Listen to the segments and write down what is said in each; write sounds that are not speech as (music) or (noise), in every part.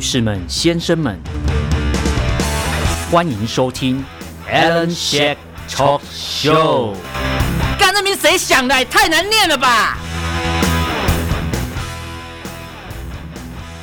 士们、先生们，欢迎收听 Alan Shack Talk Show。干那名谁想的？也太难念了吧！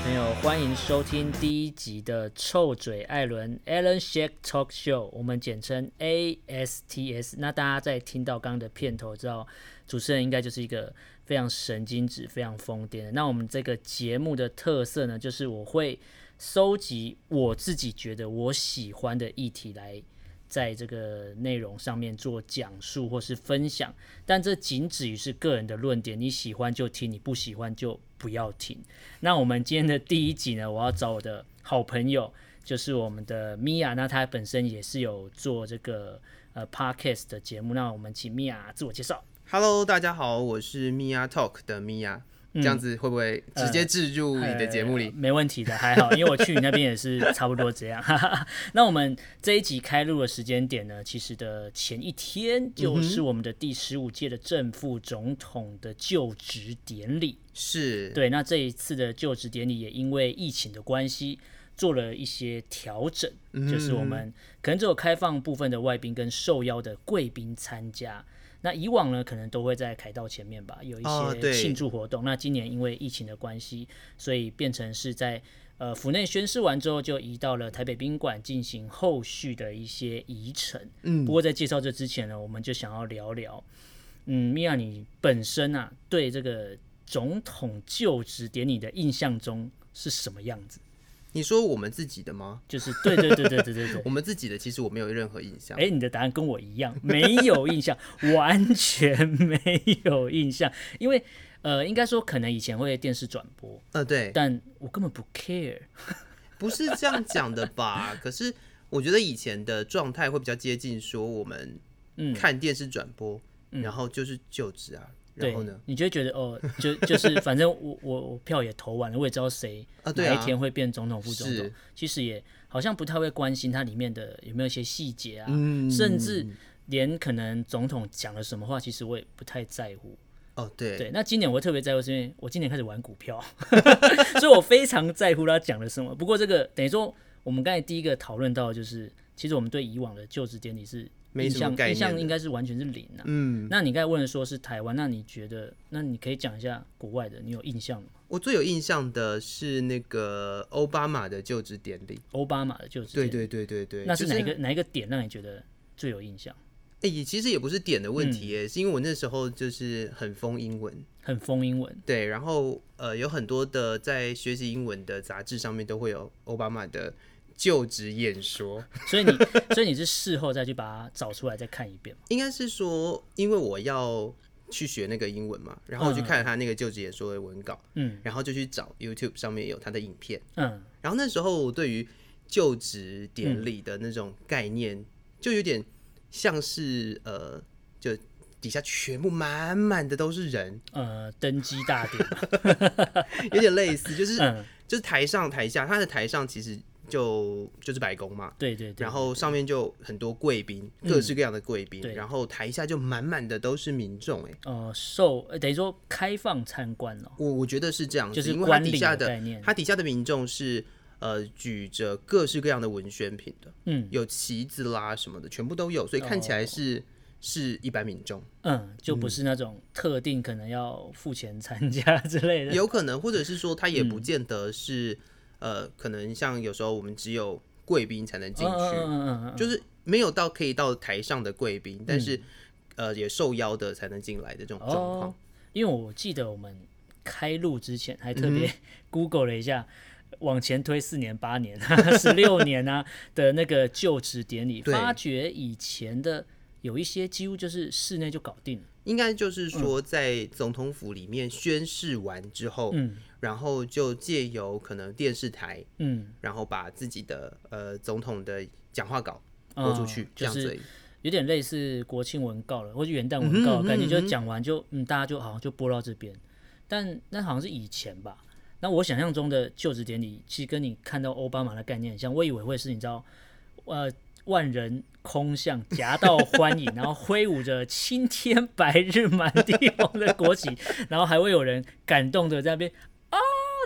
朋友，欢迎收听第一集的臭嘴艾伦 Alan Shake Talk Show，我们简称 ASTS。那大家在听到刚刚的片头，知道主持人应该就是一个非常神经质、非常疯癫的。那我们这个节目的特色呢，就是我会收集我自己觉得我喜欢的议题来。在这个内容上面做讲述或是分享，但这仅止于是个人的论点，你喜欢就听，你不喜欢就不要听。那我们今天的第一集呢，我要找我的好朋友，就是我们的米娅，那她本身也是有做这个呃 podcast 的节目，那我们请米娅自我介绍。 Hello，大家好，我是 Mia Talk 的 Mia，、这嗯样子会不会直接置入你的节目里？呃没问题的，还好，因为我去你那边也 (laughs) 是差不多这样。哈哈哈。那我们这一集开录的时间点呢，其实的前一嗯天就是我们的第十五届的正副总统的就职典礼。是，对，那这一次的就职典礼也因为疫情的关系，做了一些调整，嗯就是我们可能只有开放部分的外宾跟受邀的贵宾参加。那以往呢，可能都会在凯道前面吧，有一哦些对庆祝活动。那今年因为疫情的关系，所以变成是在呃府内宣誓完之后，就移到了台北宾馆进行后续的一些移程。嗯不过在介绍这之前呢，我们就想要聊聊，嗯，米娅，你本身啊对这个总统就职典礼的印象中是什么样子？你说我们自己的吗？就是对对对对对对对我。们自己的其实我没有任何印象。哎，你的答案跟我一样，没有印象， (laughs) 完全没有印象。因为呃，应该说可能以前会电视转播，呃，对，但我根本不 care。不是这样讲的吧？ (laughs) 可是我觉得以前的状态会比较接近，说我们嗯，看电视转播，然后就是就职啊，然对后呢，，你就会觉得哦，就就是反正我我我票也投完了，我也知道谁啊对哪啊一天会变总统副总统是，其实也好像不太会关心它里面的有没有一些细节啊，嗯甚至连可能总统讲了什么话，其实我也不太在乎。哦，对，对，那今年我会特别在乎，是因为我今年开始玩股票， (laughs) 所以我非常在乎他讲了什么。不过这个等于说，我们刚才第一个讨论到，的就是其实我们对以往的就职典礼是没印什么象概印念象的应该是完全是零啊。嗯，那你刚才问的说是台湾，那你觉得，那你可以讲一下国外的，你有印象吗？我最有印象的是那个奥巴马的就职典礼，奥巴马的就职对典礼，对对对对，那是就哪一个、哪一个点让你觉得最有印象？哎、也其实也不是点的问题耶，是因为我那时候就是很疯英文，很疯英文，对，然后呃有很多的在学习英文的杂志上面都会有奥巴马的就职演说，所以你所以你是事后再去把它找出来再看一遍吗？应该是说因为我要去学那个英文嘛，然后我去看了他那个就职演说的文稿，嗯然后就去找 YouTube 上面有他的影片，嗯，然后那时候我对于就职典礼的那种概念，就有点像是呃就。底下全部满满的都是人，呃，登基大典嘛，有点类似，就是嗯，就是台上台下，它的台上其实就就是白宫嘛，对对对，嗯然后上面就很多贵宾，各式各样的贵宾，对然后台下就满满的都是民众，哎，呃，受呃等于说开放参观哦，我我觉得是这样子，就是嗯因为它观底礼下的概的念它底下的民众是呃举着各式各样的文宣品的，嗯哦有旗子啦什么的，全部都有，所以看起来是、是一般民众，嗯，就不是那种特定可能要付钱参加之类的，有可能，或者是说他也嗯不见得是、呃，可能像有时候我们只有贵宾才能进去。嗯嗯嗯嗯嗯，嗯就是没有到可以到台上的贵宾，但是、呃也受邀的才能进来的这种状况。嗯哦，因为我记得我们开录之前还嗯特别、Google (laughs) 了一下，往前推四年、八年、十六年啊 (laughs) 的那个就职典礼，对发觉以前的有一些几乎就是室内就搞定了，应该嗯就是说，在总统府里面宣誓完之后，嗯然后就借由可能电视台，嗯，然后把自己的呃总统的讲话稿嗯播出去，就这样子而是已。有点类似国庆文告了，或者元旦文告的概念，嗯哼嗯哼就讲完就嗯，大家就好像就播到这边。但那好像是以前吧。那我想象中的就职典礼，其实跟你看到奥巴马的概念很像。我以为会是你知道，呃，万人空巷，夹道欢 (laughs) 迎，然后挥舞着青天 (laughs) 白日满地红的国旗，然后还会有人感动的在那边。哦，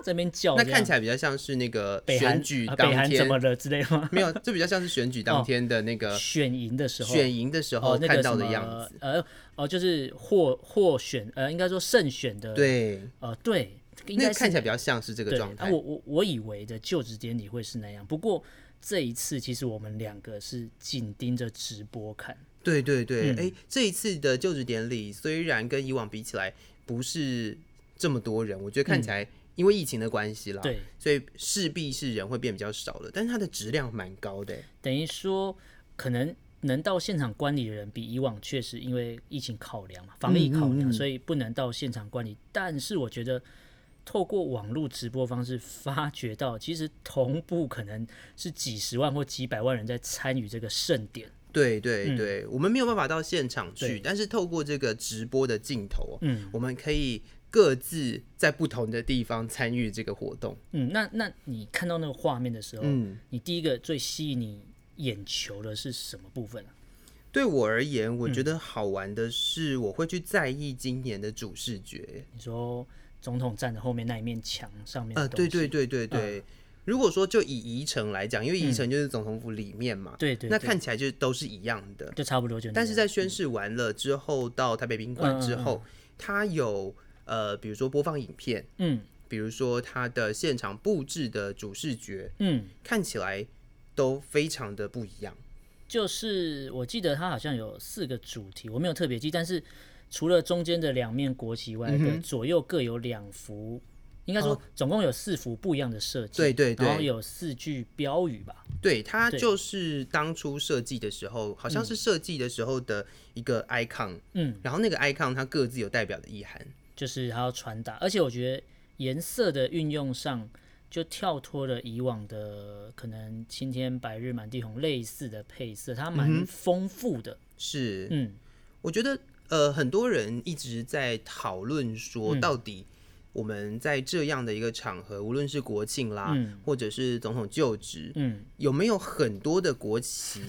在那边叫那这样，看起来比较像是那个北选韩举啊北当韩天怎么了之类的吗？没有，这比较像是选举当天的那个选赢的时候，选赢的时候哦那个看什到的么样子。呃哦，就是获获选呃，应该说胜选的，，对，呃对，应那该个是看起来比较像是这个对状啊态。我我我以为的就职典礼会是那样，不过这一次其实我们两个是紧盯着直播看，对对对，嗯哎、这一次的就职典礼虽然跟以往比起来不是这么多人，我觉得看起来因为疫情的关系啦，嗯对，所以势必是人会变比较少了，但是它的质量蛮高的、等于说可能能到现场观礼的人比以往确实因为疫情考量嘛，防疫嗯考量，所以不能到现场观礼。但是我觉得透过网络直播方式发掘到，其实同步可能是几十万或几百万人在参与这个盛典。对对对，我们没有办法到现场去嗯对，但是透过这个直播的镜头，哦嗯我们可以各自在不同的地方参与这个活动。嗯，那那你看到那个画面的时候，嗯你第一个最吸引你眼球的是什么部分啊？对我而言，我觉嗯得好玩的是，我会去在意今年的主视觉。你说总统站的后面那一面墙上面的呃，东西，嗯对对对对对。如果说就以宜城来讲，因为宜城就是总统府里面嘛，对对那对嗯看起来就都是一样的。就差不多就那样。但是在宣誓完了之后，到台北宾馆之嗯后，它有呃，比如说播放影片，嗯比如说它的现场布置的主视觉，嗯，看起来都非常的不一样。就是我记得它好像有四个主题，我没有特别记，但是除了中间的两面国旗以嗯外，对左右各有两幅，应该说总共有四幅不一样的设计，哦对对对然后有四句标语吧，对，它对就是当初设计的时候，好像是设计的时候的一个 icon，嗯，然后那个 icon 它各自有代表的意涵。就是它要传达，而且我觉得颜色的运用上。就跳脱了以往的可能青天白日满地红类似的配色，它嗯蛮丰富的。是，嗯我觉得呃，很多人一直在讨论说，嗯到底我们在这样的一个场合，无论是国庆啦，嗯或者是总统就职，嗯，有没有很多的 (laughs) 国旗？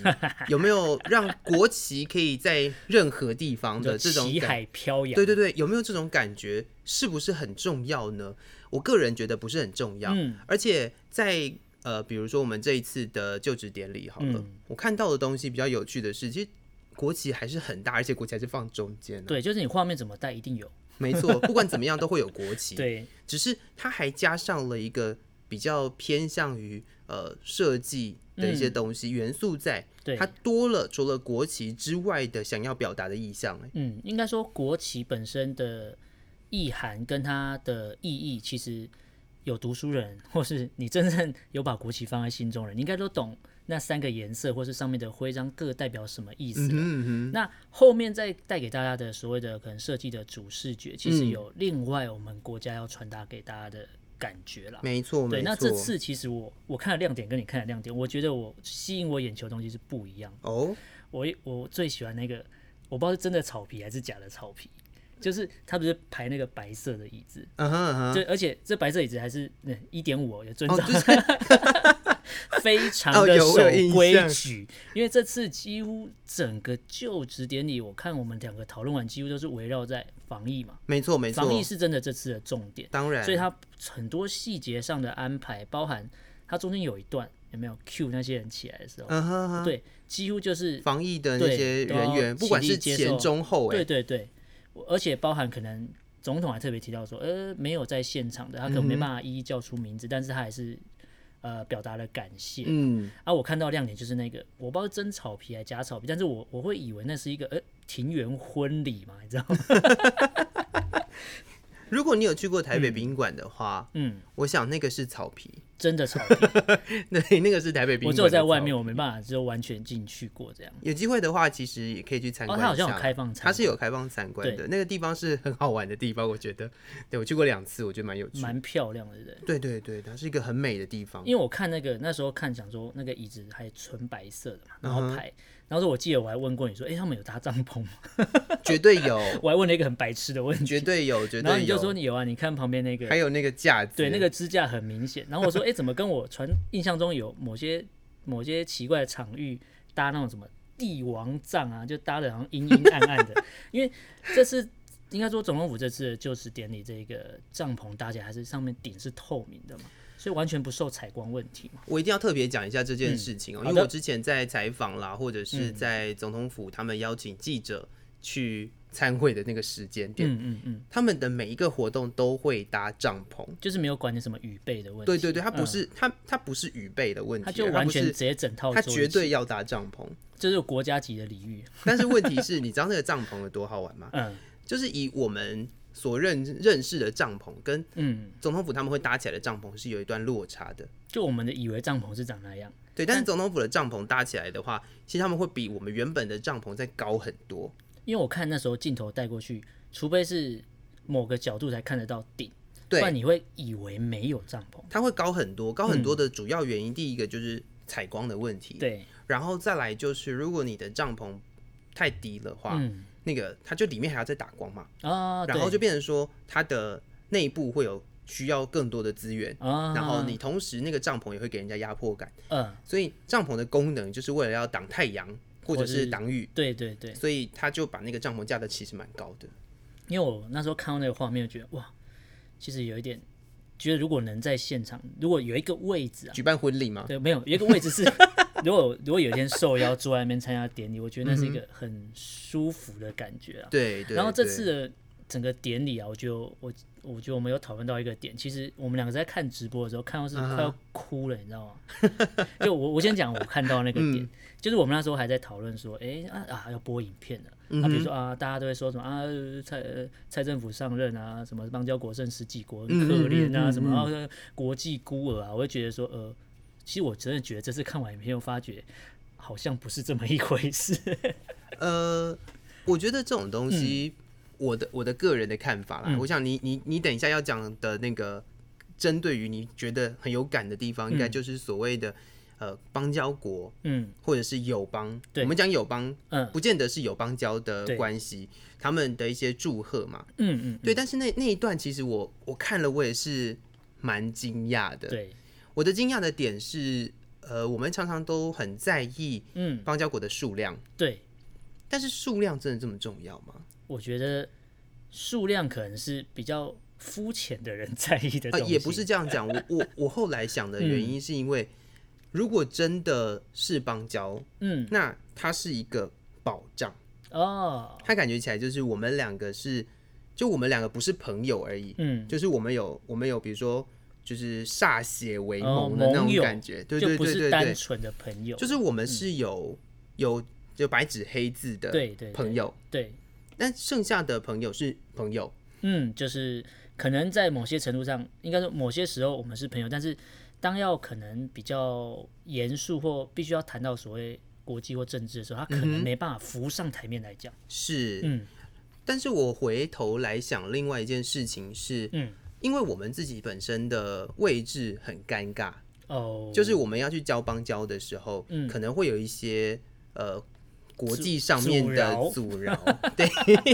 有没有让国旗可以在任何地方的这种旗感？海飘扬，对对对，有没有这种感觉？是不是很重要呢？我个人觉得不是很重要，嗯而且在呃，比如说我们这一次的就职典礼好了，嗯我看到的东西比较有趣的是，其实国旗还是很大，而且国旗还是放中间 (laughs) 的、对，就是你画面怎么带一定有。没错，不管怎么样都会有国 (laughs) 旗，对，只是它还加上了一个比较偏向于呃设计的一些东西、元素在，嗯对它多了除了国旗之外的想要表达的意向、欸嗯，应该说国旗本身的意涵跟它的意义，其实有读书人或是你真正有把国旗放在心中的人，你应该都懂那三个颜色或是上面的徽章各代表什么意思了。啊嗯哼，那后面再带给大家的所谓的可能设计的主视觉，其实嗯有另外我们国家要传达给大家的感觉啦。没错，对，没那错。这次其实我我看的亮点跟你看的亮点，我觉得我吸引我眼球的东西是不一样的。哦，我我最喜欢那个，我不知道是真的草皮还是假的草皮，就是它不是排那个白色的椅子，嗯哼嗯哼，对，而且这白色椅子还是一点五哦，有遵照，哦，就是 (laughs) 非常哦的有守我有印规象矩。因为这次几乎整个就职典礼，我看我们两个讨论完，几乎都是围绕在防疫嘛，没错没错防，疫是真的这次的重点，当然，所以它很多细节上的安排，包含它中间有一段有没有 Q 那些人起来的时候，嗯哼哼，对，几乎就是防疫的那对些都要人员，起不管立是接前受中后、欸，对对对，我而且包含可能总统还特别提到说，呃，没有在现场的，他可能嗯没办法一一叫出名字，但是他还是呃表达了感谢。嗯，啊，我看到亮点就是那个，我不知道是真草皮还是假草皮，但是我我会以为那是一个呃庭园婚礼嘛，你知道吗？ (laughs) 如果你有去过台北宾馆的话，嗯，我想那个是草皮， (laughs) 真的草皮，对，那个是台北宾我馆。只有在外面，，我没办法，只有完全进去过这样。有机会的话，其实也可以去参观一哦它下。好像有开放参观它是有开放参观的。那个地方是很好玩的地方，我觉得。对我去过两次，我觉得蛮有趣。蛮漂亮的，对不对？对对对，它是一个很美的地方。因为我看那个那时候看想说那个椅子还纯白色的嘛，然嗯后排，然后说我记得我还问过你说，哎、他们有搭帐篷吗？绝对 (laughs) 有，我还问了一个很白痴的问题绝，对有，绝然后对你就说有。你有啊，你看旁边那还个，有那个架子，对，那个支架很明显。然后我说，哎、怎么跟我传印象中有某些某些奇怪的场域搭那种什么帝王帐啊，就搭的好像阴阴暗暗的。因为这次应该说总统府这次的就职典礼这个帐篷搭起来，还是上面顶是透明的嘛，所以完全不受采光问题嘛。我一定要特别讲一下这件事嗯情哦、好的嗯因为我之前在采访啦，或者是在总统府他们邀请记者去参会的那个时间点，嗯嗯嗯，他们的每一个活动都会搭帐篷。就是没有管你什么雨备的问题。对对对，它不嗯、是、它它不是预备的问题，他就完全它直不是接整套它做一起，绝对要搭帐篷。这是国家级的礼遇。但是问题是，你知道那个帐篷有多好玩吗？ (laughs) 嗯就是以我们所认认识的帐篷跟嗯，总统府他们会搭起来的帐篷是有一段落差的。就我们的以为帐篷是长那样，对，嗯但是总统府的帐篷搭起来的话，其实他们会比我们原本的帐篷再高很多。因为我看那时候镜头带过去，除非是某个角度才看得到顶，不对然你会以为没有帐篷。它会高很多，高很多的主要原因，第一个就是采光的问题，，嗯对，然后再来就是如果你的帐篷太低的话，嗯那个它就里面还要再打光嘛，啊，然后对就变成说它的内部会有需要更多的资源，啊，然后你同时那个帐篷也会给人家压迫感，嗯，所以帐篷的功能就是为了要挡太阳或者或是是挡雨，对对对，所以他就把那个帐篷架的其实蛮高的。因为我那时候看到那个画面，我觉得哇，其实有一点觉得如果能在现场，如果有一个位置啊，举办婚礼嘛，对，没有有一个位置是，如果如果有一天受邀坐在那边参加典礼，我觉得那嗯是一个很舒服的感觉啊。对对。然后这对次的整个典礼啊，我就我我觉得我们有讨论到一个点，其实我们两个在看直播的时候，看到是嗯快要哭了，你知道吗？ (laughs) 就我我先讲我看到那个嗯点，就是我们那时候还在讨论说，哎啊啊要播影片了。嗯啊，比如说啊，大家都会说什么啊，呃蔡呃蔡政府上任啊，什么邦交国剩十几国很嗯可怜啊，什么啊呃国际孤儿啊，我会觉得说，呃，其实我真的觉得这次看完影片，我发觉好像不是这么一回事。 (laughs) 呃，我觉得这种东西，嗯我的我的个人的看法啦，我想你你你等一下要讲的那个，针对于你觉得很有感的地方，应该就是所谓的呃邦交国嗯或者是友邦，对我们讲友邦，嗯不见得是友邦交的对关系，他们的一些祝贺嘛，嗯嗯，对，但是那那一段其实我我看了，我也是蛮惊讶的。对，我的惊讶的点是，呃，我们常常都很在意嗯邦交国的数量，对。但是数量真的这么重要吗？我觉得数量可能是比较肤浅的人 (laughs) 在意的呃东，西，嗯也不是这样讲。我我我后来想 (laughs) 的原因是因为，如果真的是邦交，嗯那它是一个保障，哦，它感觉起来就是我们两个是，就我们两个不是朋友而已，嗯，就是我们有我们有比如说。就是歃血为哦盟的那盟种友感觉，对对就不对对是对，单纯的朋友，就是我们是有、有就白纸黑字的对对对朋友，对，但剩下的朋友是朋友，嗯，就是可能在某些程度上，应该说某些时候我们是朋友，但是当要可能比较严肃或必须要谈到所谓国际或政治的时候，嗯他可能没办法浮上台面来讲，是。嗯但是我回头来想，另外一件事情是，嗯因为我们自己本身的位置很尴尬，哦，嗯就是我们要去交邦交的时候，可能会有一些呃国际上面嗯的阻 (laughs) 挠，对， (laughs)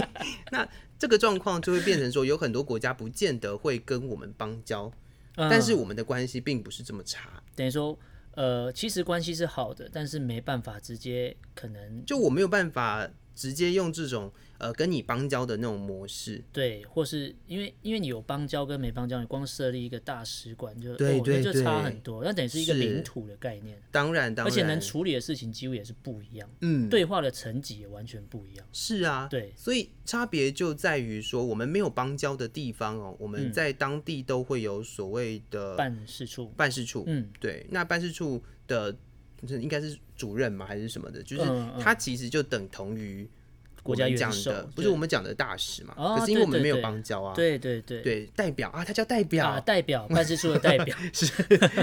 那这个状况就会变成说，有很多国家不见得会跟我们邦交，嗯但是我们的关系并不是这么差。等于说。呃，其实关系是好的，但是没办法直接可能就我没有办法直接用这种呃跟你邦交的那种模式。对，或是因为因为你有邦交跟没邦交，你光设立一个大使馆就对哦、对那就差对很多，那等于是一个是领土的概念，当然，当而然，且能处理的事情几乎也是不一样，嗯，，对话的层级也完全不一样。是啊，对所以差别就在于说，我们没有邦交的地方哦，我们在当地都会有所谓的办事处，办事处，嗯，对，那办事处的就是应该是主任嘛，还是什么的，就是嗯嗯他其实就等同于国家我们元讲首的，不对是我们讲的大使嘛，哦可是因为我们对对没有对邦交啊，对对对对，代表啊，他叫代啊， (laughs) 表，代表办事处的代 (laughs) 表，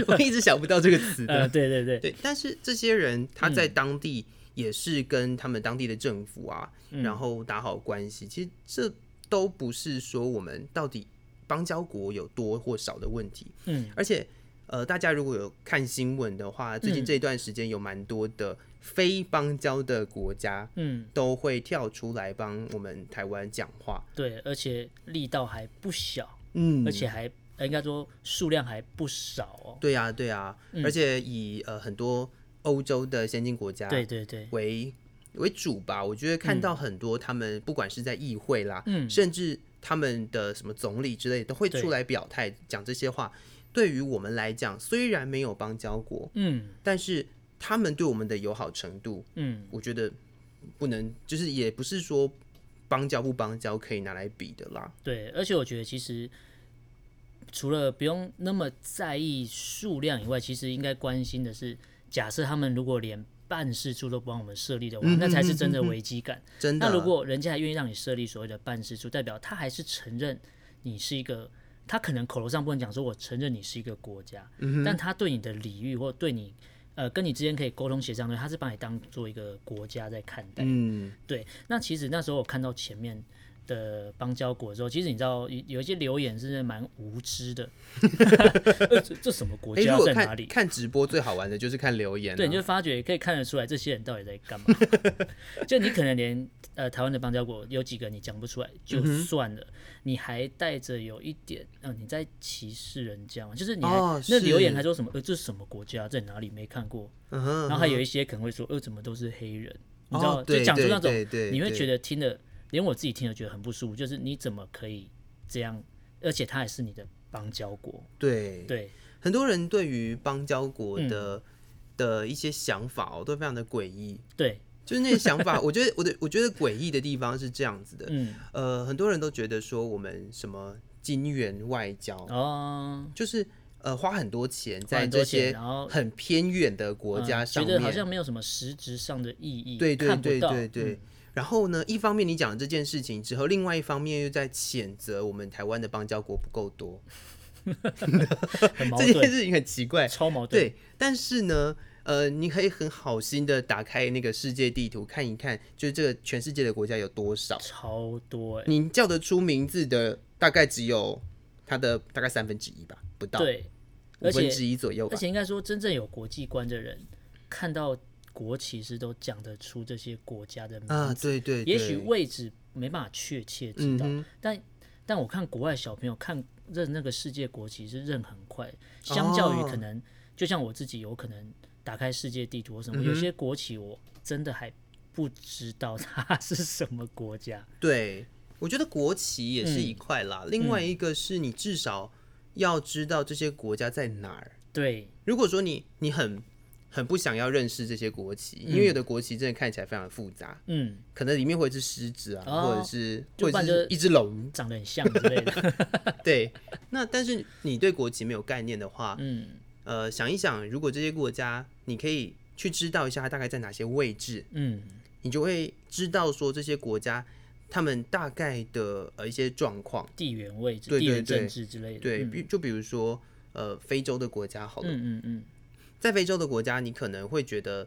我一直想不到这个词的呃，，对对对，对，但是这些人他在当地也是跟他们当地的政府啊，然后打好关系。其实这都不是说我们到底邦交国有多或少的问题，嗯而且呃，大家如果有看新闻的话，最近这一段时间有蛮多的非邦交的国家嗯，都会跳出来帮我们台湾讲话，对，而且力道还不小，嗯而且还呃应该说数量还不少哦。对啊，对啊，而且以呃很多欧洲的先进国家对对对，为为主吧，我觉得看到很多他们不管是在议会啦，嗯甚至他们的什么总理之类都会对出来表态讲这些话。对于我们来讲，虽然没有邦交国，嗯但是他们对我们的友好程度，嗯，我觉得不能，就是也不是说邦交不邦交可以拿来比的啦。对，而且我觉得其实除了不用那么在意数量以外，其实应该关心的是，假设他们如果连办事处都帮我们设立嗯的话，那才是真的危机感。真的，那如果人家还愿意让你设立所谓的办事处，代表他还是承认你是一个，他可能口头上不能讲说我承认你是一个国家，嗯但他对你的礼遇或对你。呃，跟你之间可以沟通协商的，他是把你当做一个国家在看待。嗯，对，那其实那时候我看到前面的邦交国之后，其实你知道有有一些留言是蛮无知的， (laughs) 呃这这什么国哎、家如果在哪看里？看直播最好玩的就是看留言、啊，对，你就发觉可以看得出来这些人到底在干嘛。 (laughs) 就你可能连呃台湾的邦交国有几个你讲不嗯出来就算了，你还带着有一点，呃，你在歧视人家嘛？就是你还、哦那留言是还说什么？呃，这是什么国家，在哪里没看过？嗯哼，然后还有一些可能会说，呃，怎么都是黑人？你知道，哦就对讲出那种对对对你会觉对得听的，连我自己听了觉得很不舒服，就是你怎么可以这样？而且他还是你的邦交国，对对，很多人对于邦交国的、嗯的一些想法哦，都非常的诡异。对，就是那些想法， (laughs) 我觉得我的我觉得诡异的地方是这样子的，嗯，呃，很多人都觉得说我们什么金元外交，哦，就是呃花很多钱在很多这钱些然后很偏远的国家嗯上觉面，得好像没有什么实质上的意义，对对看不对到嗯对对。然后呢，一方面你讲了这件事情之后，另外一方面又在谴责我们台湾的邦交国不够多，很矛这件盾，事情很奇怪。超矛盾，对，但是呢，呃，你可以很好心的打开那个世界地图看一看，就是这个全世界的国家有多少，超多、欸，你叫得出名字的大概只有它的大概三分之一吧，不到对，五而分之且一左右吧而。且应该说，真正有国际观的人，看到国旗时都讲得出这些国家的名字，啊，对对对，也许位置没办法确切知道，嗯哼但但我看国外小朋友看认那个世界国旗是认很快，相较于可能、就像我自己有可能打开世界地图或什嗯么，有些国旗我真的还不知道它是什么国家。对，我觉得国旗也是一块啦，嗯另外一个是你至少要知道这些国家在哪儿。对，如果说你你很很不想要认识这些国旗，因为有的国旗真的看起来非常的复杂，嗯，可能里面会是狮子啊，哦或者是就或不者然是就，一只龙 (laughs) 长得很像之类的。对。那但是你对国旗没有概念的话，嗯呃，想一想，如果这些国家你可以去知道一下它大概在哪些位置，嗯，你就会知道说这些国家他们大概的呃一些状况。地缘位置、对对地缘对政治之类的。对，嗯比就比如说呃非洲的国家好了，嗯嗯嗯，在非洲的国家你可能会觉得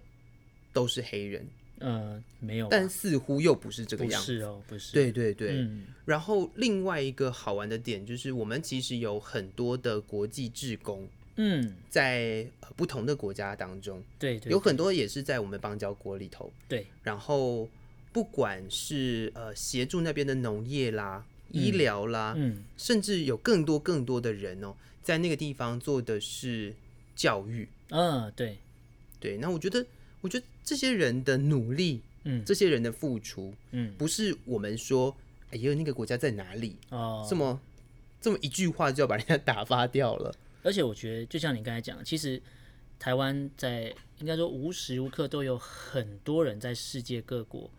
都是黑人，呃，没有啊，但似乎又不是这个不样子。是哦，不是。，对对对，嗯然后另外一个好玩的点就是，我们其实有很多的国际志工嗯，在呃不同的国家当中，对对，有很多也是在我们邦交国里头。对，然后不管是呃协助那边的农业啦、医疗啦，嗯甚至有更多更多的人哦，在那个地方做的是教育。嗯、对，对，那我觉得，我觉得这些人的努力，嗯这些人的付出，嗯不是我们说，哎呦，那个国家在哪里，哦，这么这么一句话就要把人家打发掉了。而且我觉得，就像你刚才讲的，其实台湾在应该说无时无刻都有很多人在世界各国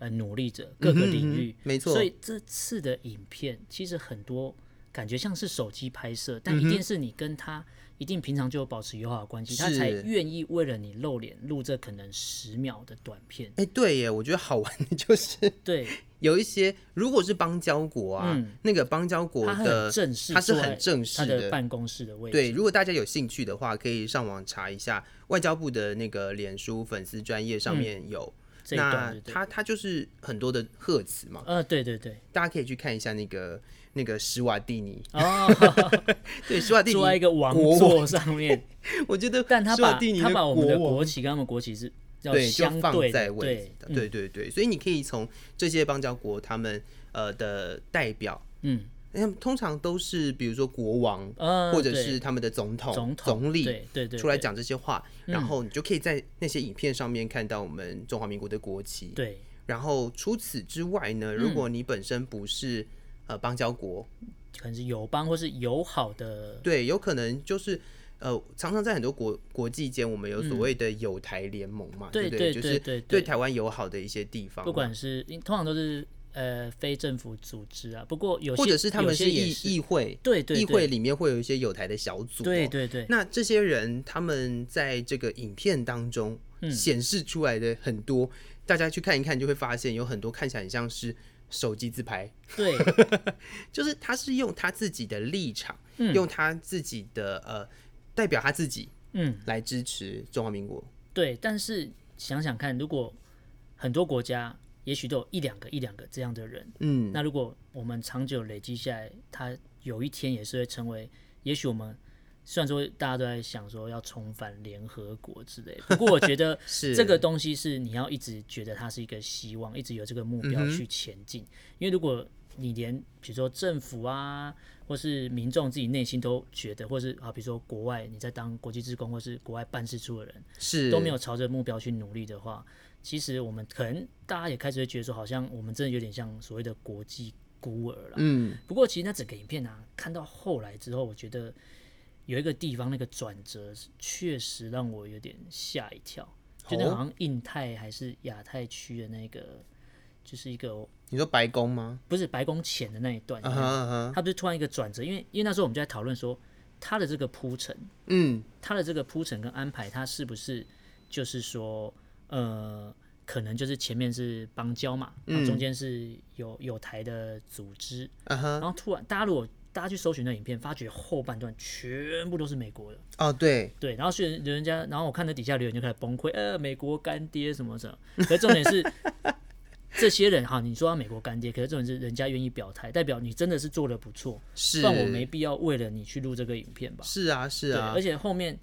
呃努力着各个领域，嗯没错所以这次的影片其实很多感觉像是手机拍摄，但嗯一定是你跟他。一定平常就有保持友好的关系，他是才愿意为了你露脸录这可能十秒的短片。 (laughs) 哎，对耶，我觉得好玩的就是 (laughs) 对，有一些，如果是邦交国啊，嗯那个邦交国他的很正式，它是很正式他的的办公室的位置。对，如果大家有兴趣的话，可以上网查一下外交部的那个脸书粉丝专业上面有。嗯这一段那对对它它就是很多的贺词嘛，呃，对对对，大家可以去看一下那个那个史瓦蒂尼， (laughs) 哦，对，史 (laughs) 瓦蒂尼坐在一个王国座上面，我觉得，但他把蒂尼他把我们的国国王旗跟他们国旗是要对就相放对在的，位置对，嗯的，对对对，所以你可以从这些邦交国他们呃的代表嗯，那通常都是比如说国王，嗯或者对是他们的总统、总统理对对对出来对嗯讲这些话，然后你就可以在那些影片上面看到我们中华民国的国旗。对，嗯然后除此之外呢，如果你本身不是、呃邦交国，可能是友邦或是友好的，对，有可能就是呃，常常在很多国国际间，我们有所谓的友台联盟嘛，嗯对不对就对是对对对台湾友好的一些地方嘛，不管是因通常都是呃非政府组织啊，不过有些或者是他们有些是也议是议会，对对议对会里面会有一些友台的小组、哦对。对对，那这些人，他们在这个影片当中嗯显示出来的很多，大家去看一看就会发现，有很多看起来很像是手机自拍，对就是他是用他自己的立场，用他自己的呃代表他自己嗯来支持中华民国。对，但是想想看，如果很多国家也许都有一两个一两个这样的人，嗯，那如果我们长久累积下来，它有一天也是会成为，也许我们虽然说大家都在想说要重返联合国之类，不过我觉得 (laughs) 是这个东西是你要一直觉得它是一个希望，一直有这个目嗯标去前进，因为如果你连比如说政府啊，或是民众自己内心都觉得，或是啊，比如说国外你在当国际职工或是国外办事处的人，是都没有朝着目标去努力的话，其实我们可能大家也开始会觉得说，好像我们真的有点像所谓的国际孤儿了。嗯，不过其实那整个影片啊，看到后来之后，我觉得有一个地方那个转折，确实让我有点吓一跳。就那哦好像印太还是亚太区的那个，就是一个你说白宫吗？不是白宫前的那一段，啊哈啊哈，它不是突然一个转折，因为因为那时候我们就在讨论说，它的这个铺陈，嗯，他的这个铺陈跟安排，他是不是就是说，呃，可能就是前面是邦交嘛，然后中间是有有台的组织，啊哈，然后突然大家如果大家去搜寻那影片，发觉后半段全部都是美国的，哦对，对，然后是人家，然后我看到底下留言就开始崩溃，呃，美国干爹什么什么，可是重点是。这些人哈，你说他美国干爹，可是重点是人家愿意表态，代表你真的是做的不错，不是，然我没必要为了你去录这个影片吧？是啊是对，啊而，且后面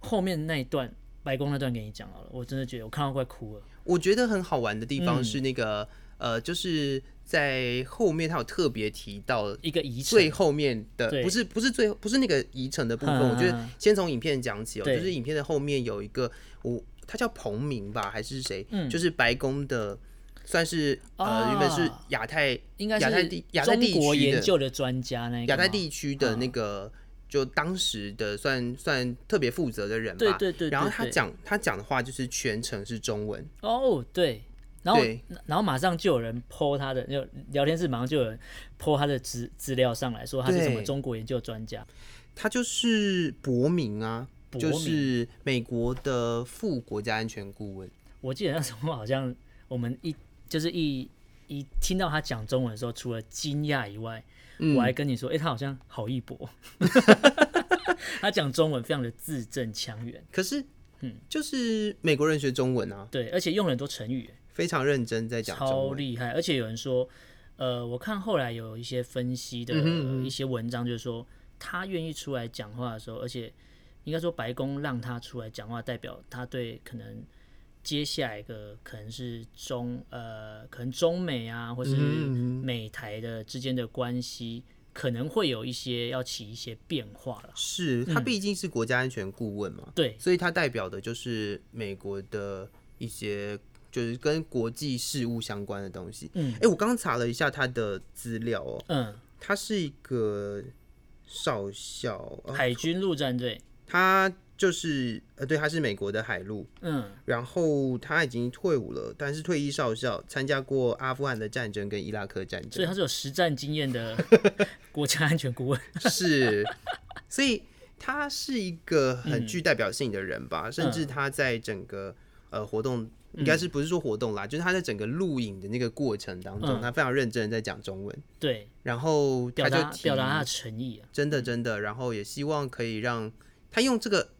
后面那一段白宫那段给你讲好了，我真的觉得我看到快哭了。我觉得很好玩的地方嗯是那个、呃，就是在后面他有特别提到一个遗产最，后面的对不是不是最后不是那个遗程的部分，嗯我觉嗯得嗯先从影片讲起哦、对就是影片的后面有一个我他叫彭明吧还是谁，嗯就是白宫的算是呃啊原本是亚太应该亚太地是亚太地中国区研的究的专家那一个亚太吗地区的那个。嗯就当时的算算特别负责的人吧，对对对对然后他对讲他讲的话就是全程是中文，哦，对。然后对，然后马上就有人 PO 他的，就聊天室马上就有人 PO 他的资资料上来说他是什么对中国研究专家，他就是伯明啊，伯明就是美国的副国家安全顾问。我记得那时候好像我们一就是一一听到他讲中文的时候，除了惊讶以外，我还跟你说，哎、他好像郝一博，他讲中文非常的字正腔圆，可是，嗯就是美国人学中文啊，对，而且用了很多成语，非常认真在讲中超文。厉害。而且有人说，呃，我看后来有一些分析嗯的、一些文章，就是说他愿意出来讲话的时候，而且应该说白宫让他出来讲话，代表他对可能接下来一个可能是中呃，可能中美啊，嗯或是美台的之间的关系，可能会有一些要起一些变化了。是他毕竟是国家安全顾问嘛，嗯对，所以他代表的就是美国的一些。就是跟国际事务相关的东西。嗯哎、我刚查了一下他的资料哦，嗯，他是一个少校，呃海军陆战队，他就是呃，对，他是美国的海陆，嗯，然后他已经退伍了，但是退役少校，参加过阿富汗的战争跟伊拉克战所以争，他是有实战经验的 (laughs) 国家安全顾问。是，所以他是一个很具代表性的人吧，嗯甚至他在整个呃活动，应该是不是说活动啦，就是他在整个录影的那个过程当中，嗯他非常认真的在讲中文，对，然后表他就达提表达他的诚意啊。真的真的，然后也希望可以让他用这个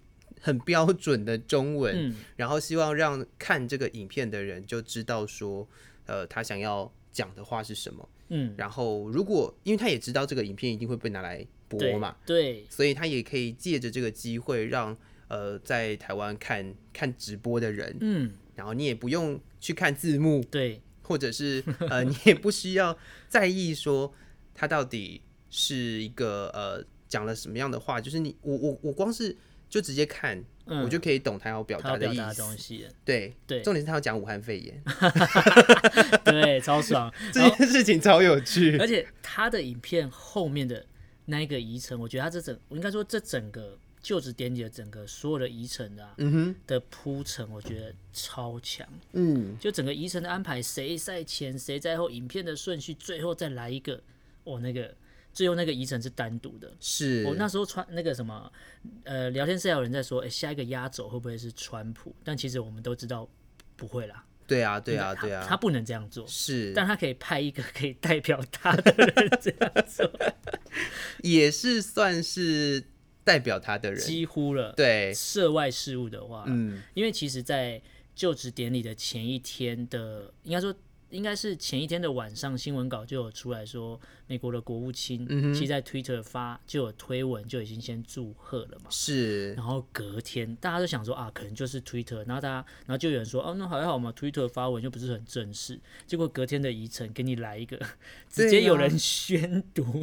很标准的中文，嗯然后希望让看这个影片的人就知道说，呃，他想要讲的话是什么。嗯，然后如果因为他也知道这个影片一定会被拿来播对嘛，对所以他也可以借着这个机会让呃在台湾看看直播的人，嗯然后你也不用去看字幕，对 (laughs) 或者是呃你也不需要在意说他到底是一个呃讲了什么样的话，就是你我我我光是就直接看，嗯我就可以懂他要表他达要的表意达的思。东西了，对对重点是他要讲武汉肺炎 (laughs) 对，超爽。然这后哎件事情超有 (laughs) 趣而。且他的影片后面的那一个移程，我觉得他这整，我应该说这整个就职典礼的整个所有的移程啊、嗯哼，的铺陈，我觉得超强。嗯，就整个移程的安排，谁在前，谁在后，影片的顺序，最后再来一个，哦，那个最后那个移程是单独的。是。哦我那时候川那个什么，呃，聊天室还有人在说，哎、下一个压轴会不会是川普？但其实我们都知道不会啦，对啊，对啊，他对啊，他不能这样做。是，但他可以派一个可以代表他的人这样做，也是算是代表他的人。几乎了。 (laughs) 对，涉外事务的话，嗯，因为其实，在就职典礼的前一天的，应该说应该是前一天的晚上，新闻稿就有出来说，美国的国务卿、嗯其实在 Twitter 发就有推文，就已经先祝贺了嘛。 (laughs) 是然后隔天大家都想说啊，可能就是 Twitter，然后大家，然后就有人说，哦，那还好嘛，Twitter 发文又不是很正式。结果隔天的议程给你来一个， (laughs) 直啊接有人宣读，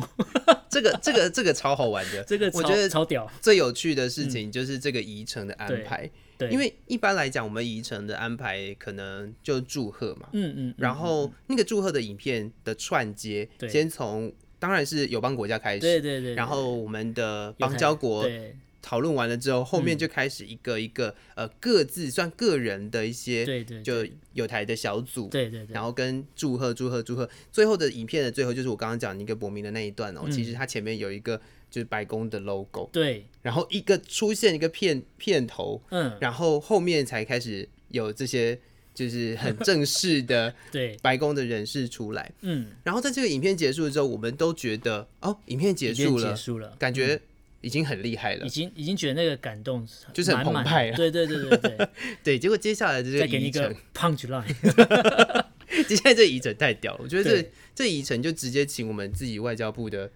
这个，这个，这个超好玩 (laughs) 的。这个我超觉得超屌，最有趣的事情就是这个移程的安对排，对，因为一般来讲，我们移程的安排可能就祝贺嘛，嗯嗯，然后那个祝贺的影片的串接，对先从当然是友邦国家开始，对对对，然后我们的邦交国对嗯讨论完了之后，后面就开始一个一个、呃各自算个人的一些对对，就有台的小组，对对对，然后跟祝贺祝贺祝贺，最后的影片的最后就是我刚刚讲尼克伯明的那一段哦，嗯其实它前面有一个就是白宫的 logo，对，然后一个出现一个片片头，嗯，然后后面才开始有这些就是很正式的对，白宫的人士出来。嗯，然后在这个影片结束之后，我们都觉得哦，影片结已经束结了，束嗯了，感觉已经很厉害了已。经已经觉得那个感动就是很满满澎湃的了对对对对对，对，结果接下 (laughs) 来的这再个给你一移个程， punch line，接下来这个移程 (laughs) 太屌了，我觉得这对这移程就直接请我们自己外交部的。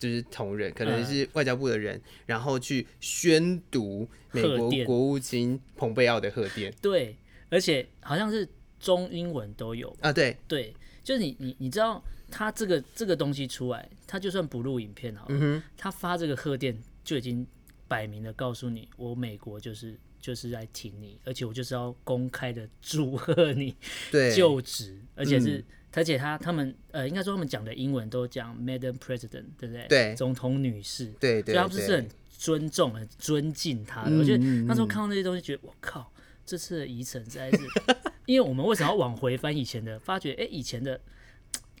就是同仁，可能嗯是外交部的人，然后去宣读美贺国电国务卿蓬佩奥的贺电对，而且好像是中英文都有，啊，对，对，就是你你你知道他这个这个东西出来，他就算不录影片好嗯了，他发这个贺电就已经摆明了告诉你，我美国就是就是来挺你，而且我就是要公开的祝贺你 (laughs) 对，嗯就职，而且是。而且他他们呃，应该说他们讲的英文都讲 Madam President，对不对？对总统女士。对所对以他们啊是对很尊重、很尊敬他的。嗯我觉得嗯那时候看到那些东西，觉得我靠，这次的遗程实在是， (laughs) 因为我们为什么要往回翻以前的，发觉哎、诶以前的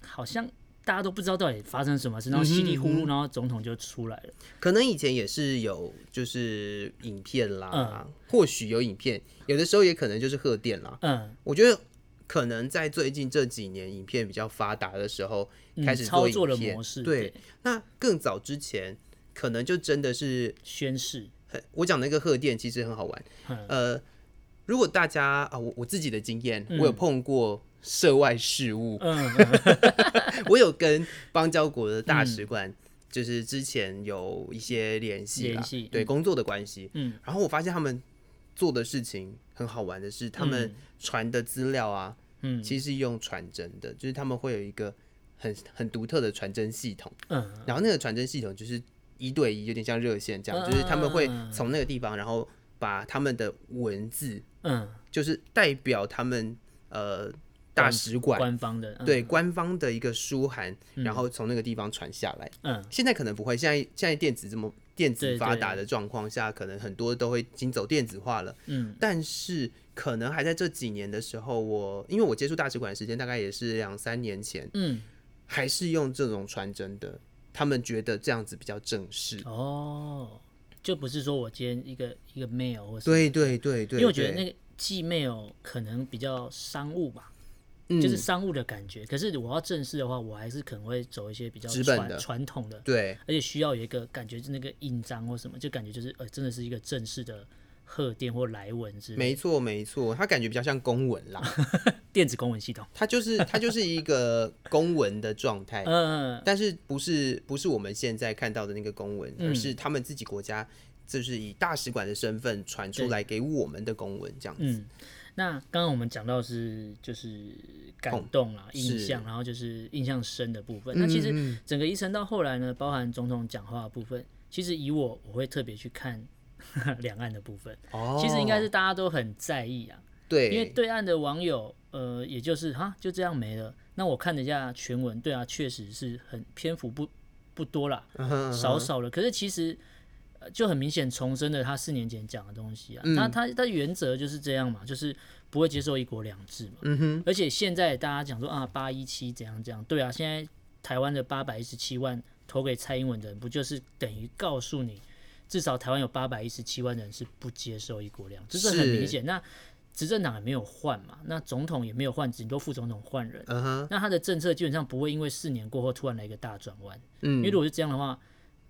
好像大家都不知道到底发生什么事，然后稀里糊嗯涂，然后总统就出来了。可能以前也是有，就是影片啦，嗯或许有影片，有的时候也可能就是贺电啦。嗯，我觉得可能在最近这几年影片比较发达的时候，嗯开始操作做的影片。模式对，那更早之前，可能就真的是宣誓，很我讲那个贺电其实很好玩。嗯呃，如果大家啊，我我自己的经验，我有碰过涉外事务，嗯，嗯 (laughs) 我有跟邦交国的大使馆，就是之前有一些联系啦联系，嗯对工作的关系。嗯，然后我发现他们做的事情很好玩的是，他们传的资料啊，嗯其实是用传真的，就是他们会有一个很很独特的传真系统，嗯，然后那个传真系统就是一对一，有点像热线这样，嗯就是他们会嗯从那个地方，然后把他们的文字，嗯，就是代表他们呃大使馆官方的，嗯对，官方的一个书函，然后从那个地方传下来。嗯，现在可能不会，现在现在电子这么电子对发对达的状况下，可能很多都会已经走电子化了。嗯，但是可能还在这几年的时候，我因为我接触大使馆的时间大概也是两三年前，嗯，还是用这种传真的，他们觉得这样子比较正式。哦，就不是说我今天一个一个 mail 或什么，对对对对，因为我觉得对那个寄 mail 可能比较商务吧。嗯就是商务的感觉。可是我要正式的话，我还是可能会走一些比较纸本传的传统的，对而且需要有一个感觉，就那个印章或什么，就感觉就是呃，真的是一个正式的贺电或来文之类没错没错，他感觉比较像公文啦， (laughs) 的电子公文系统。他就是他就是一个公文的状态。嗯、但是不是不是我们现在看到的那个公文，而嗯是他们自己国家就是以大使馆的身份传出来给我们的公文这样子。嗯那刚刚我们讲到是就是感动啊、印象，然后就是印象深的部分。嗯那其实整个一程到后来呢，包含总统讲话的部分，其实以我我会特别去看 (laughs) 两岸的部分。哦其实应该是大家都很在意啊，对，因为对岸的网友，呃，也就是哈就这样没了。那我看了一下全文，对啊，确实是很篇幅不不多啦，嗯哼少少了。可是其实呃就很明显重申了他四年前讲的东西啊，嗯他他他原则就是这样嘛，就是不会接受一国两制嘛。嗯哼，而且现在大家讲说啊，八一七怎样怎样，对啊，现在台湾的八百一十七万投给蔡英文的人，不就是等于告诉你，至少台湾有八百一十七万人是不接受一国两制，这是很是明显。那执政党也没有换嘛，那总统也没有换，顶多副总统换人，嗯哼，那他的政策基本上不会因为四年过后突然来一个大转弯，因为嗯，如果是这样的话。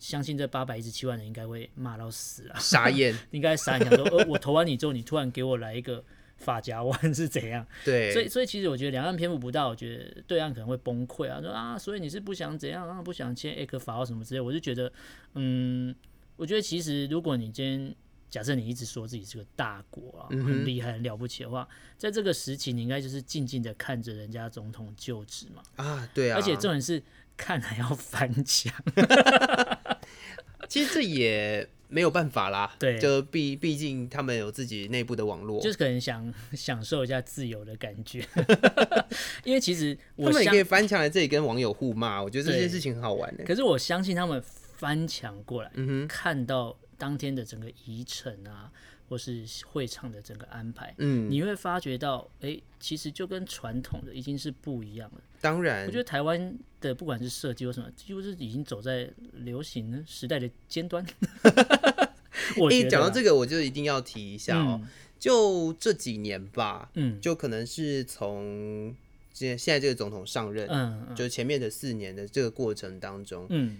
相信这八百一十七万人应该会骂到死啊！ (laughs) 傻眼，应该傻眼想说，呃，我投完你之后，你突然给我来一个发夹弯是怎样？对， (laughs) 所以，所以其实我觉得两岸篇幅不到，我觉得对岸可能会崩溃啊，说啊，所以你是不想怎样啊，不想签 A 克法或什么之类，我就觉得，嗯，我觉得其实如果你今天假设你一直说自己是个大国嗯啊，很厉害、很了不起的话，在这个时期，你应该就是静静的看着人家总统就职嘛，啊，对啊，而且重点是看还要翻墙，其实这也没有办法啦， (laughs) 对就毕毕竟他们有自己内部的网络，就是可能想 (laughs) 享受一下自由的感觉， (laughs) 因为其实他我们也相可以翻墙来这里跟网友互骂，我觉得这件对事情很好玩呢、可是我相信他们翻墙过嗯来，看到当天的整个仪程啊，或是会场的整个安排，嗯，你会发觉到，哎、其实就跟传统的已经是不一样了。当然，我觉得台湾的不管是设计或什么，几乎是已经走在流行时代的尖 (laughs) 端。我一觉得啊嗯讲到这个，个，我就一定要提一下哦、就这几年吧，嗯就可能是从现现在这个总统上任，嗯嗯就前面的四年的这个过程当中，嗯，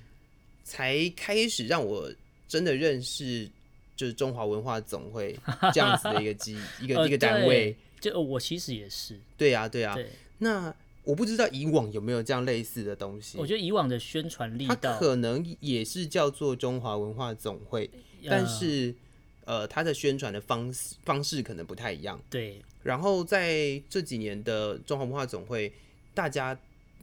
才开始让我真的认识。就是中华文化 (laughs) 总会这样子的一个机一个呃一个单位，，对就呃我其实也是，对啊对啊。对，那我不知道以往有没有这样类似的东西我，觉得以往的宣传力它道，可能也是叫做中华文化总会，但呃是呃，它的宣传的方式方式可能不太一样。对，然后在这几年的中华文化总会，大家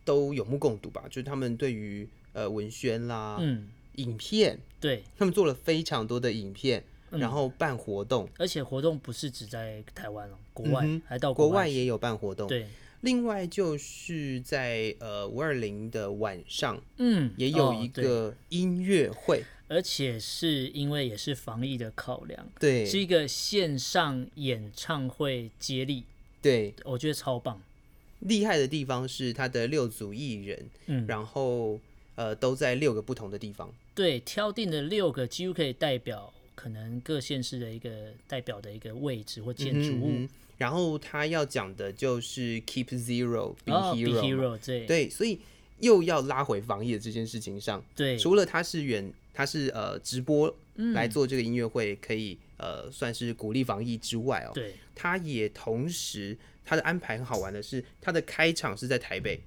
都有目共睹吧，就是他们对于呃文宣啦、嗯，影片，对，他们做了非常多的影片，嗯然后办活动，而且活动不是只在台湾哦，国外、嗯哼还到国外外去也有办活动。对，另外就是在呃五二零的晚上，嗯，也有哦一、对个音乐会，而且是因为也是防疫的考量，对是一个线上演唱会接力，对，我觉得超棒。厉害的地方是他的六组艺人，嗯，然后呃都在六个不同的地方，对，挑定的六个几乎可以代表可能各县市的一个代表的一个位置或建筑物，嗯然后他要讲的就是 keep zero be 哦 hero，,、 hero 对对，所以又要拉回防疫的这件事情上，对嗯除了他是远，他是呃直播来做这个音乐会，可以呃算是鼓励防疫之外哦，对他也同时他的安排很好玩的是，他的开场是在台北，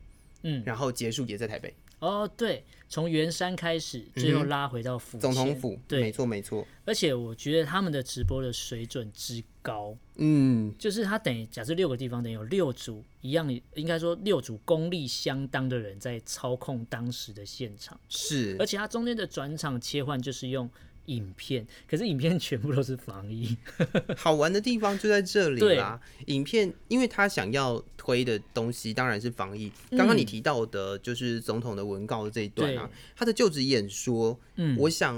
嗯，然后结束也在台北，哦对，从圆山开始，最后嗯哼拉回到府总统县府，没对，错没错，而且我觉得他们的直播的水准之高。嗯，就是他等于假设六个地方等于有六组一样，应该说六组功力相当的人在操控当时的现场，是，而且它中间的转场切换就是用影片，可是影片全部都是防疫，好玩的地方就在这里啦。影片，因为他想要推的东西当然是防疫。嗯刚刚你提到的，就是总统的文告这一段啊，他的就职演说，嗯，我想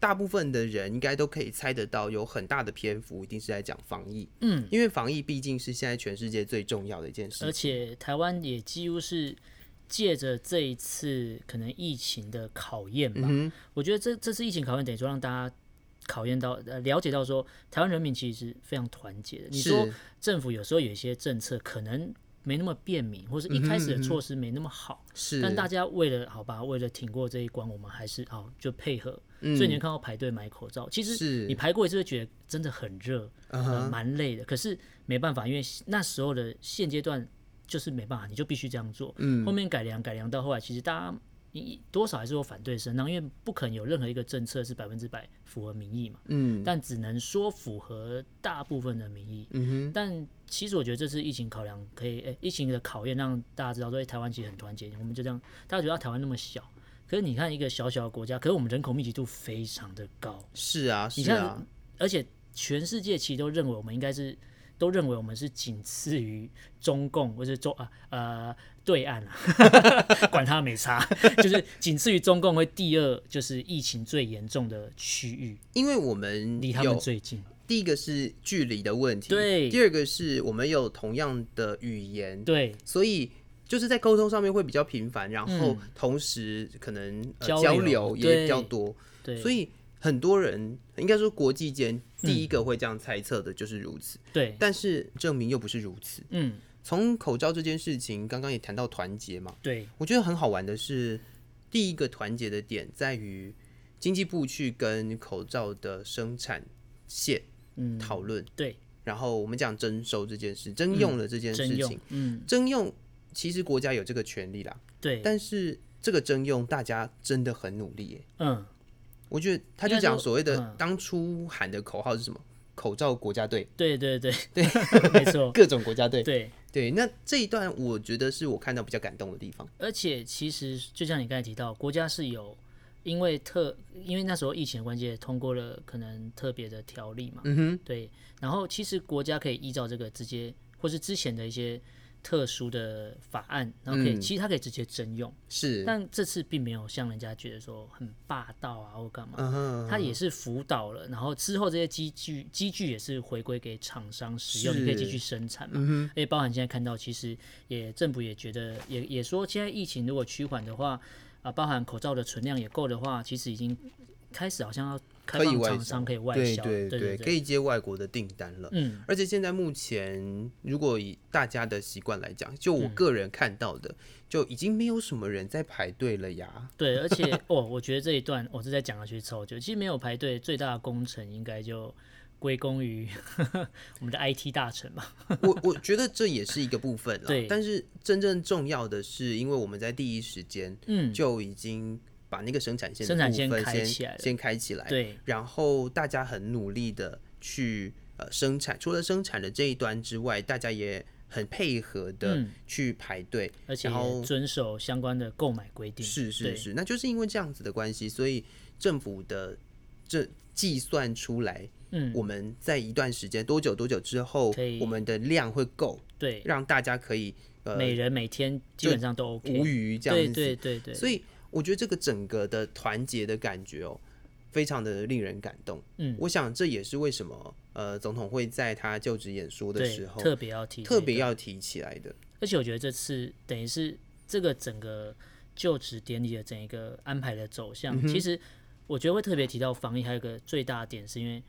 大部分的人应该都可以猜得到，有很大的篇幅一定是在讲防疫。嗯，因为防疫毕竟是现在全世界最重要的一件而事情。且台湾也几乎是。借着这一次可能疫情的考验吧，我觉得这这次疫情考验，等于说让大家考验到呃了解到说，台湾人民其实是非常团结的。你说是政府有时候有一些政策可能没那么便民，或是一开始的措施没那么好，嗯是，但大家为了好吧，为了挺过这一关，我们还是好就配合。嗯所以你会看到排队买口罩，其是嗯实你排过一次会觉得真的很热，呃蛮、累的。可是没办法，因为那时候嗯的现阶段就是没办法，你就必须这样做。后面改良改良到后来，其实大家一多少还是有反对声浪，因为不可能有任何一个政策是百分之百符合民意嘛，嗯但只能说符合大部分的民意。嗯但其实我觉得这次疫情考量，可以，诶、疫情的考验让大家知道说，诶、台湾其实很团结，我们就这样，大家觉得台湾那么小，可是你看一个小小的国家，可是我们人口密集度非常的高，哼，是啊你是看，啊，而且全世界其实都认为我们应该是，都认为我们是仅次于中共或是中啊呃对岸啊， (laughs) 管他没差， (laughs) 就是仅次于中共会第二，就是疫情最严重的区域，因为我们离他们有最近。第一个是距离的问题，对第二个是我们有同样的语言，对，所以就是在沟通上面会比较频繁，然后嗯同时可能、呃、交交流也比较对多，对，所以很多人应该说国际间第一个会这样猜测的就是如此，对，但是证明又不是如此。嗯，从口罩这件事情，刚刚也谈到团结嘛，对，我觉得很好玩的是，第一个团结的点在于经济部去跟口罩的生产线嗯，讨论，对，然后我们讲征收这件事，征用了这件事征情用，，嗯，征用其实国家有这个权利啦，对，但是这个征用大家真的很努力耶。嗯，我觉得他就讲所谓应该的说嗯当初喊的口号是什么？口罩国家队，对对对对， (laughs) 没错，各种国家队。对。对，那这一段我觉得是我看到比较感动的地方。而且其实就像你刚才提到，国家是有因为特因为那时候疫情的关系通过了可能特别的条例嘛，嗯哼，对。然后其实国家可以依照这个直接或是之前的一些特殊的法案，然后可以、嗯其实它可以直接征用，是，但这次并没有像人家觉得说很霸道啊或干嘛。嗯哼，它也是辅导了，然后之后这些机具机具也是回归给厂商使用，你可以继是嗯续生产嘛。而且包含现在看到，其实也政府也觉得也也说，现在疫情如果趋缓的话，啊、包含口罩的存量也够的话，其实已经开始好像要开可以放外厂商销可以外对销了，对对，可对，以接外国的订单了。嗯，而且现在目前，如果以大家的习惯来嗯讲，就我个人看到的，就已经没有什么人在排队 (laughs) 了呀。对，而且哦，我觉得这一段我、哦、这在讲下去超久，其实没有排队最大的功臣应该就归功于 (laughs) 我们的 IT 大臣吧，我我觉得这也是一个部分啦对。但是真正重要的是，因为我们在第一时间嗯，就已经把那个生产线的生产部线分开先起来了先开起来，对，然后大家很努力的去呃生产，除了生产的这一端之外，大家也很配合的嗯去排队，而且然后也遵守相关的购买规定，是是对，是，那就是因为这样子的关系，所以政府的这计算出来，嗯，我们在一段时间多久多久之后可以，我们的量会够，对，让大家可以呃每人每天基就本上都 OK，无虞这对样子。对对对，所以我觉得这个整个的团结的感觉哦，非常的令人感动。嗯，我想这也是为什么呃，总统会在他就职演说的对时候特别要提这特别个，要提起来的。而且我觉得这次等于是这个整个就职典礼的整一个安排的走向，其实我觉得会特别提到防疫，还有一个最大的点是因为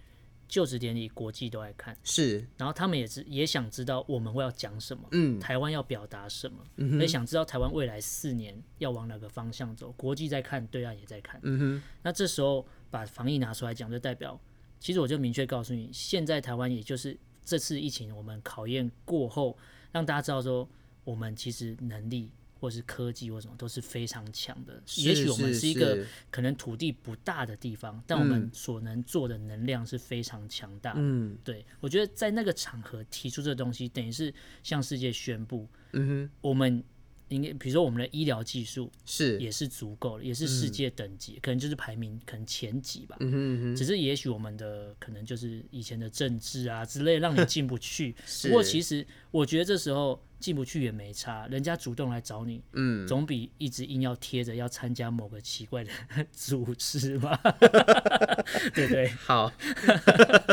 就职典礼国际都爱看，是，然后他们也知也想知道我们会要讲什么。嗯，台湾要表达什么？嗯也哼，想知道台湾未来四年要往哪个方向走？国际在看，对岸也在看。嗯哼，那这时候把防疫拿出来讲，就代表其实我就明确告诉你，现在台湾也就是这次疫情我们考验过后，让大家知道说我们其实能力或是科技或什么都是非常强的。也许我们是是一个可能土地不大的地方，但我们所能做的能量是非常强大的。嗯对，我觉得在那个场合提出这东西，等于是向世界宣布，嗯哼，我们应该，比如说我们的医疗技术是，也是足够的，也是世界等级，可能就是排名可能前几吧。嗯哼嗯哼，只是也许我们的可能就是以前的政治啊之类，让你进不 (laughs) 去。是不过其实我觉得这时候进不去也没差，人家主动来找你，嗯，总比一直硬要贴着要参加某个奇怪的 (laughs) 组织嘛， (laughs) 对不对？好， (laughs)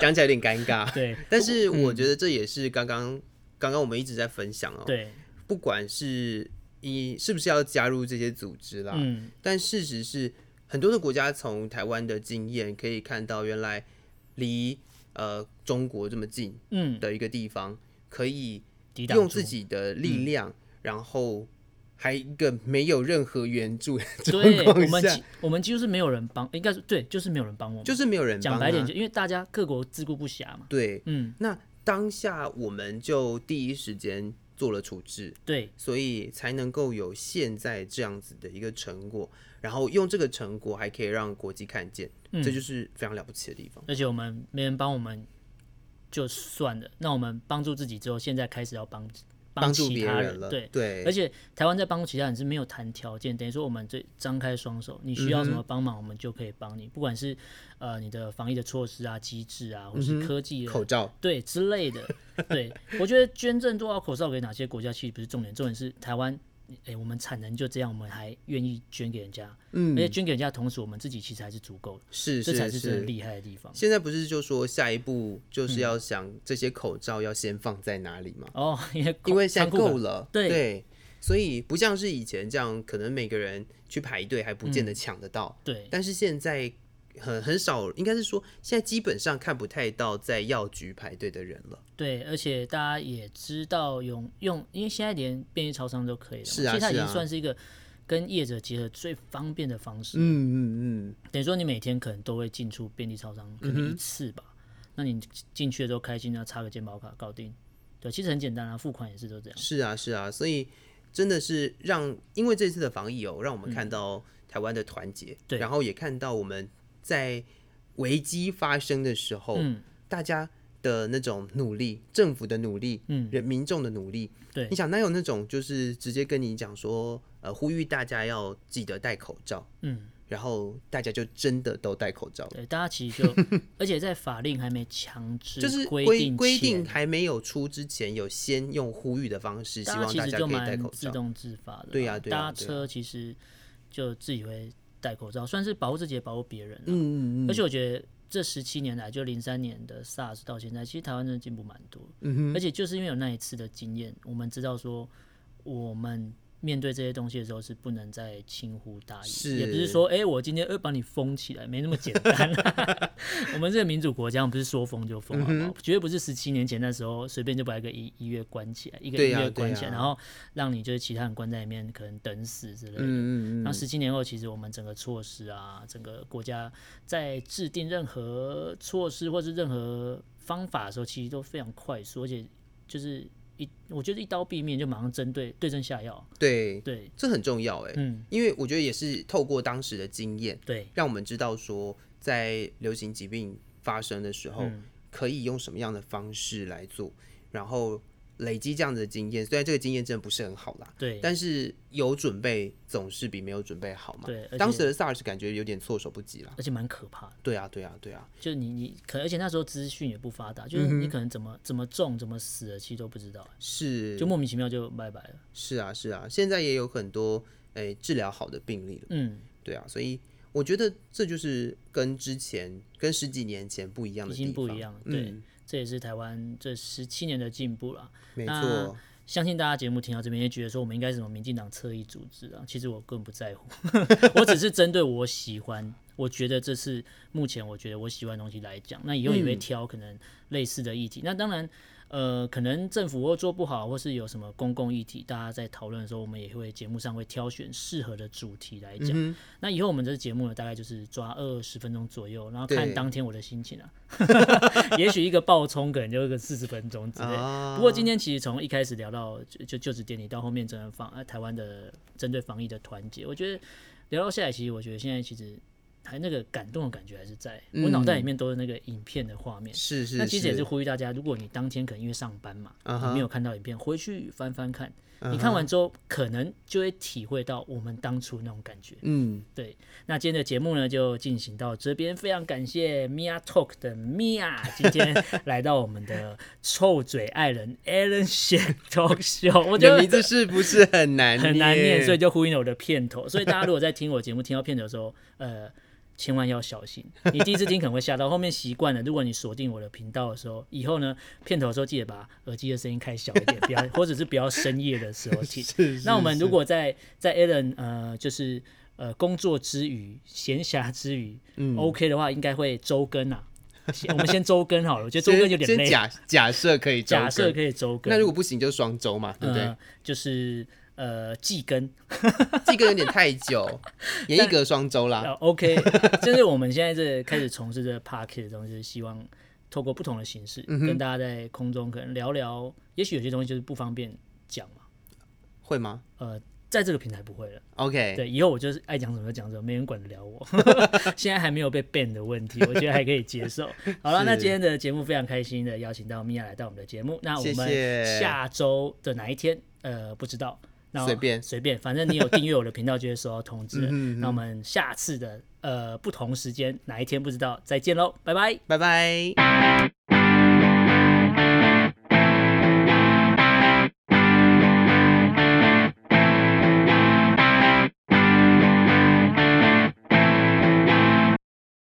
讲起来有点尴尬。对嗯但是我觉得这也是刚刚、刚刚我们一直在分享哦，对，不管是一是不是要加入这些组织啦，嗯，但事实是很多的国家从台湾的经验可以看到，原来离呃中国这么近嗯，的一个地方，可以抵挡用住嗯自己的力量，然后还一个没有任何援助的 (laughs) 状对，我况们下几，我们几乎是没有人帮，应该是对，就是没有人帮我们。就是没有人讲帮白点，啊就因为大家各国自顾不暇嘛。对，嗯，那当下我们就第一时间做了处置，对，所以才能够有现在这样子的一个成果，然后用这个成果还可以让国际看见，嗯这就是非常了不起的地方。而且我们没人帮我们就算了，那我们帮助自己之后，现在开始要帮帮助其别他了，对。对，而且台湾在帮助其他人是没有谈条件，等于说我们这张开双手，你嗯需要什么帮忙，我们就可以帮你，不管是呃你的防疫的措施啊、机制啊，或是科技的、嗯口罩，对之类的。对，我觉得捐赠多少口罩给哪些国家其实不是重点，重点是台湾，哎、我们产能就这样，我们还愿意捐给人家，嗯而，且捐给人家的同时，我们自己其实还是足够的，是这才是是真的嗯是。厉害的地方。现在不是就说下一步就是要想这些口罩要先放在哪里吗？哦，因为因为现在仓库够吧，了，对所以不像是以前这样，可能每个人去排队还不见嗯得抢得到，对，但是现在很很少，应该是说现在基本上看不太到在药局排队的人了。对，而且大家也知道用用，因为现在连便利超商都可以了嘛，是啊其实它已是经啊算是一个跟业者结合最方便的方式。嗯嗯嗯，等于说你每天可能都会进出便利超商，嗯可能一次吧。那你进去的时候开心，要插个健保卡搞定。对，其实很简单啊，付款也是都这样。是啊是啊，所以真的是让，因为这次的防疫哦，让我们看到台湾的团结，对然后也看到我们在危机发生的时候，嗯大家的那种努力，政府的努力，嗯人民众的努力，对你想哪有那种就是直接跟你讲说，呃，呼吁大家要记得戴口罩，嗯，然后大家就真的都戴口罩了。对，大家其实 (laughs) 就，而且在法令还没强制就是规规定规前定还没有出之前，有先用呼吁的方式，希大家望其大实家可就以戴蛮口自罩。动自发的啦。对呀啊对呀搭对呀车其实就自己会戴口罩，算是保护自己，也保护别人啊。嗯嗯嗯，而且我觉得这十七年来，就零三年的 SARS 到现在，其实台湾真的进步蛮多。嗯哼，而且就是因为有那一次的经验，我们知道说我们。面对这些东西的时候，是不能再轻忽大意，是也不是说，哎、我今天要把你封起来，没那么简单、 (laughs) 我们这个民主国家，我们不是说封就封，嗯好不好？绝对不是十七年前那时候随便就把一个医医院关起来，一个医对呀啊院关起来，对呀然后让你就是其他人关在里面，可能等死之类的。嗯嗯那嗯，十七年后，其实我们整个措施啊，整个国家在制定任何措施或是任何方法的时候，其实都非常快速，而且就是一，我觉得一刀毙命就马上针对对症下药。对，对，这很重要哎、嗯，因为我觉得也是透过当时的经验，对，让我们知道说，在流行疾病发生的时候，嗯可以用什么样的方式来做，然后累积这样子的经验。虽然这个经验真的不是很好啦，对，但是有准备总是比没有准备好嘛。对而且当时的 SARS 感觉有点措手不及啦。而且蛮可怕的。对啊，对啊，对啊，就你你可，而且那时候资讯也不发达，嗯就是你可能怎么、怎么中怎么死的，其实都不知道，是就莫名其妙就拜拜了。是啊是啊，现在也有很多诶、治疗好的病例了。嗯，对啊，所以我觉得这就是跟之前跟十几年前不一样的已地方，经不一样了。对，嗯，这也是台湾这十七年的进步了。没那错，相信大家节目听到这边也觉得说我们应该是什么民进党侧翼组织啊，其实我根本不在乎，我只是针对我喜欢，我觉得这是目前我觉得我喜欢的东西来讲，那以后也会挑可能类似的议题。那当然，呃，可能政府或做不好，或是有什么公共议题，大家在讨论的时候，我们也会节目上会挑选适合的主题来讲。那以后我们这节目呢，大概就是抓二十分钟左右，然后看对当天我的心情啊， (laughs) 也许一个爆冲可能就一个四十分钟之类。啊不过今天其实从一开始聊到就就就职典礼，到后面整个防呃台湾的针对防疫的团结，我觉得聊到下来，其实我觉得现在其实还那个感动的感觉还是在，我脑袋里面都是那个影片的画面。嗯是是那其实也是呼吁大家，如果你当天可能因为上班嘛啊哈你没有看到影片，回去翻翻看。嗯你看完之后，可能就会体会到我们当初那种感觉。嗯，对，那今天的节目呢就进行到这边，非常感谢 Mia Talk 的 Mia 今天 (laughs) 来到我们的臭嘴爱人 Alan s h a Talk Show，我你觉的名字得是不是很难很难念，所以就呼应了我的片头。所以大家如果在听我节目听到片头的时候，呃。千万要小心，你第一次听可能会吓到，后面习惯了。如果你锁定我的频道的时候，以后呢，片头的时候记得把耳机的声音开小一点，不要或者是不要深夜的 (laughs) 时候听。那我们如果在在 Alan 呃，就是呃工作之余、闲暇之余、o 嗯 k 的话，应该会周更 (laughs) 啊。先我们先周更好了，我觉得周更有点先累。先假假设可以周更，假设可以周更，那如果不行就双周嘛，对不对呃？就是呃季更，这个有点 (laughs) 太久，演一格双周呃啦， ，OK，就是 (laughs) 我们现在这开始从事这个 p a r k 的东西，就是希望透过不同的形式，跟大家在空中可能聊聊，也许有些东西就是不方便讲嘛。会吗呃，在这个平台不会了。 ？OK，对，以后我就是爱讲什么就讲什么，没人管得了我。 (laughs) 现在还没有被 ban 的问题，我觉得还可以接受。好了，那是今天的节目非常开心的邀请到米娅来到我们的节目。那我谢们谢下周的哪一天？呃，不知道。那随便随便，反正你有订阅我的频道就会收到通知。嗯那我们下次的呃不同时间哪一天不知道，再见喽，拜拜。拜拜。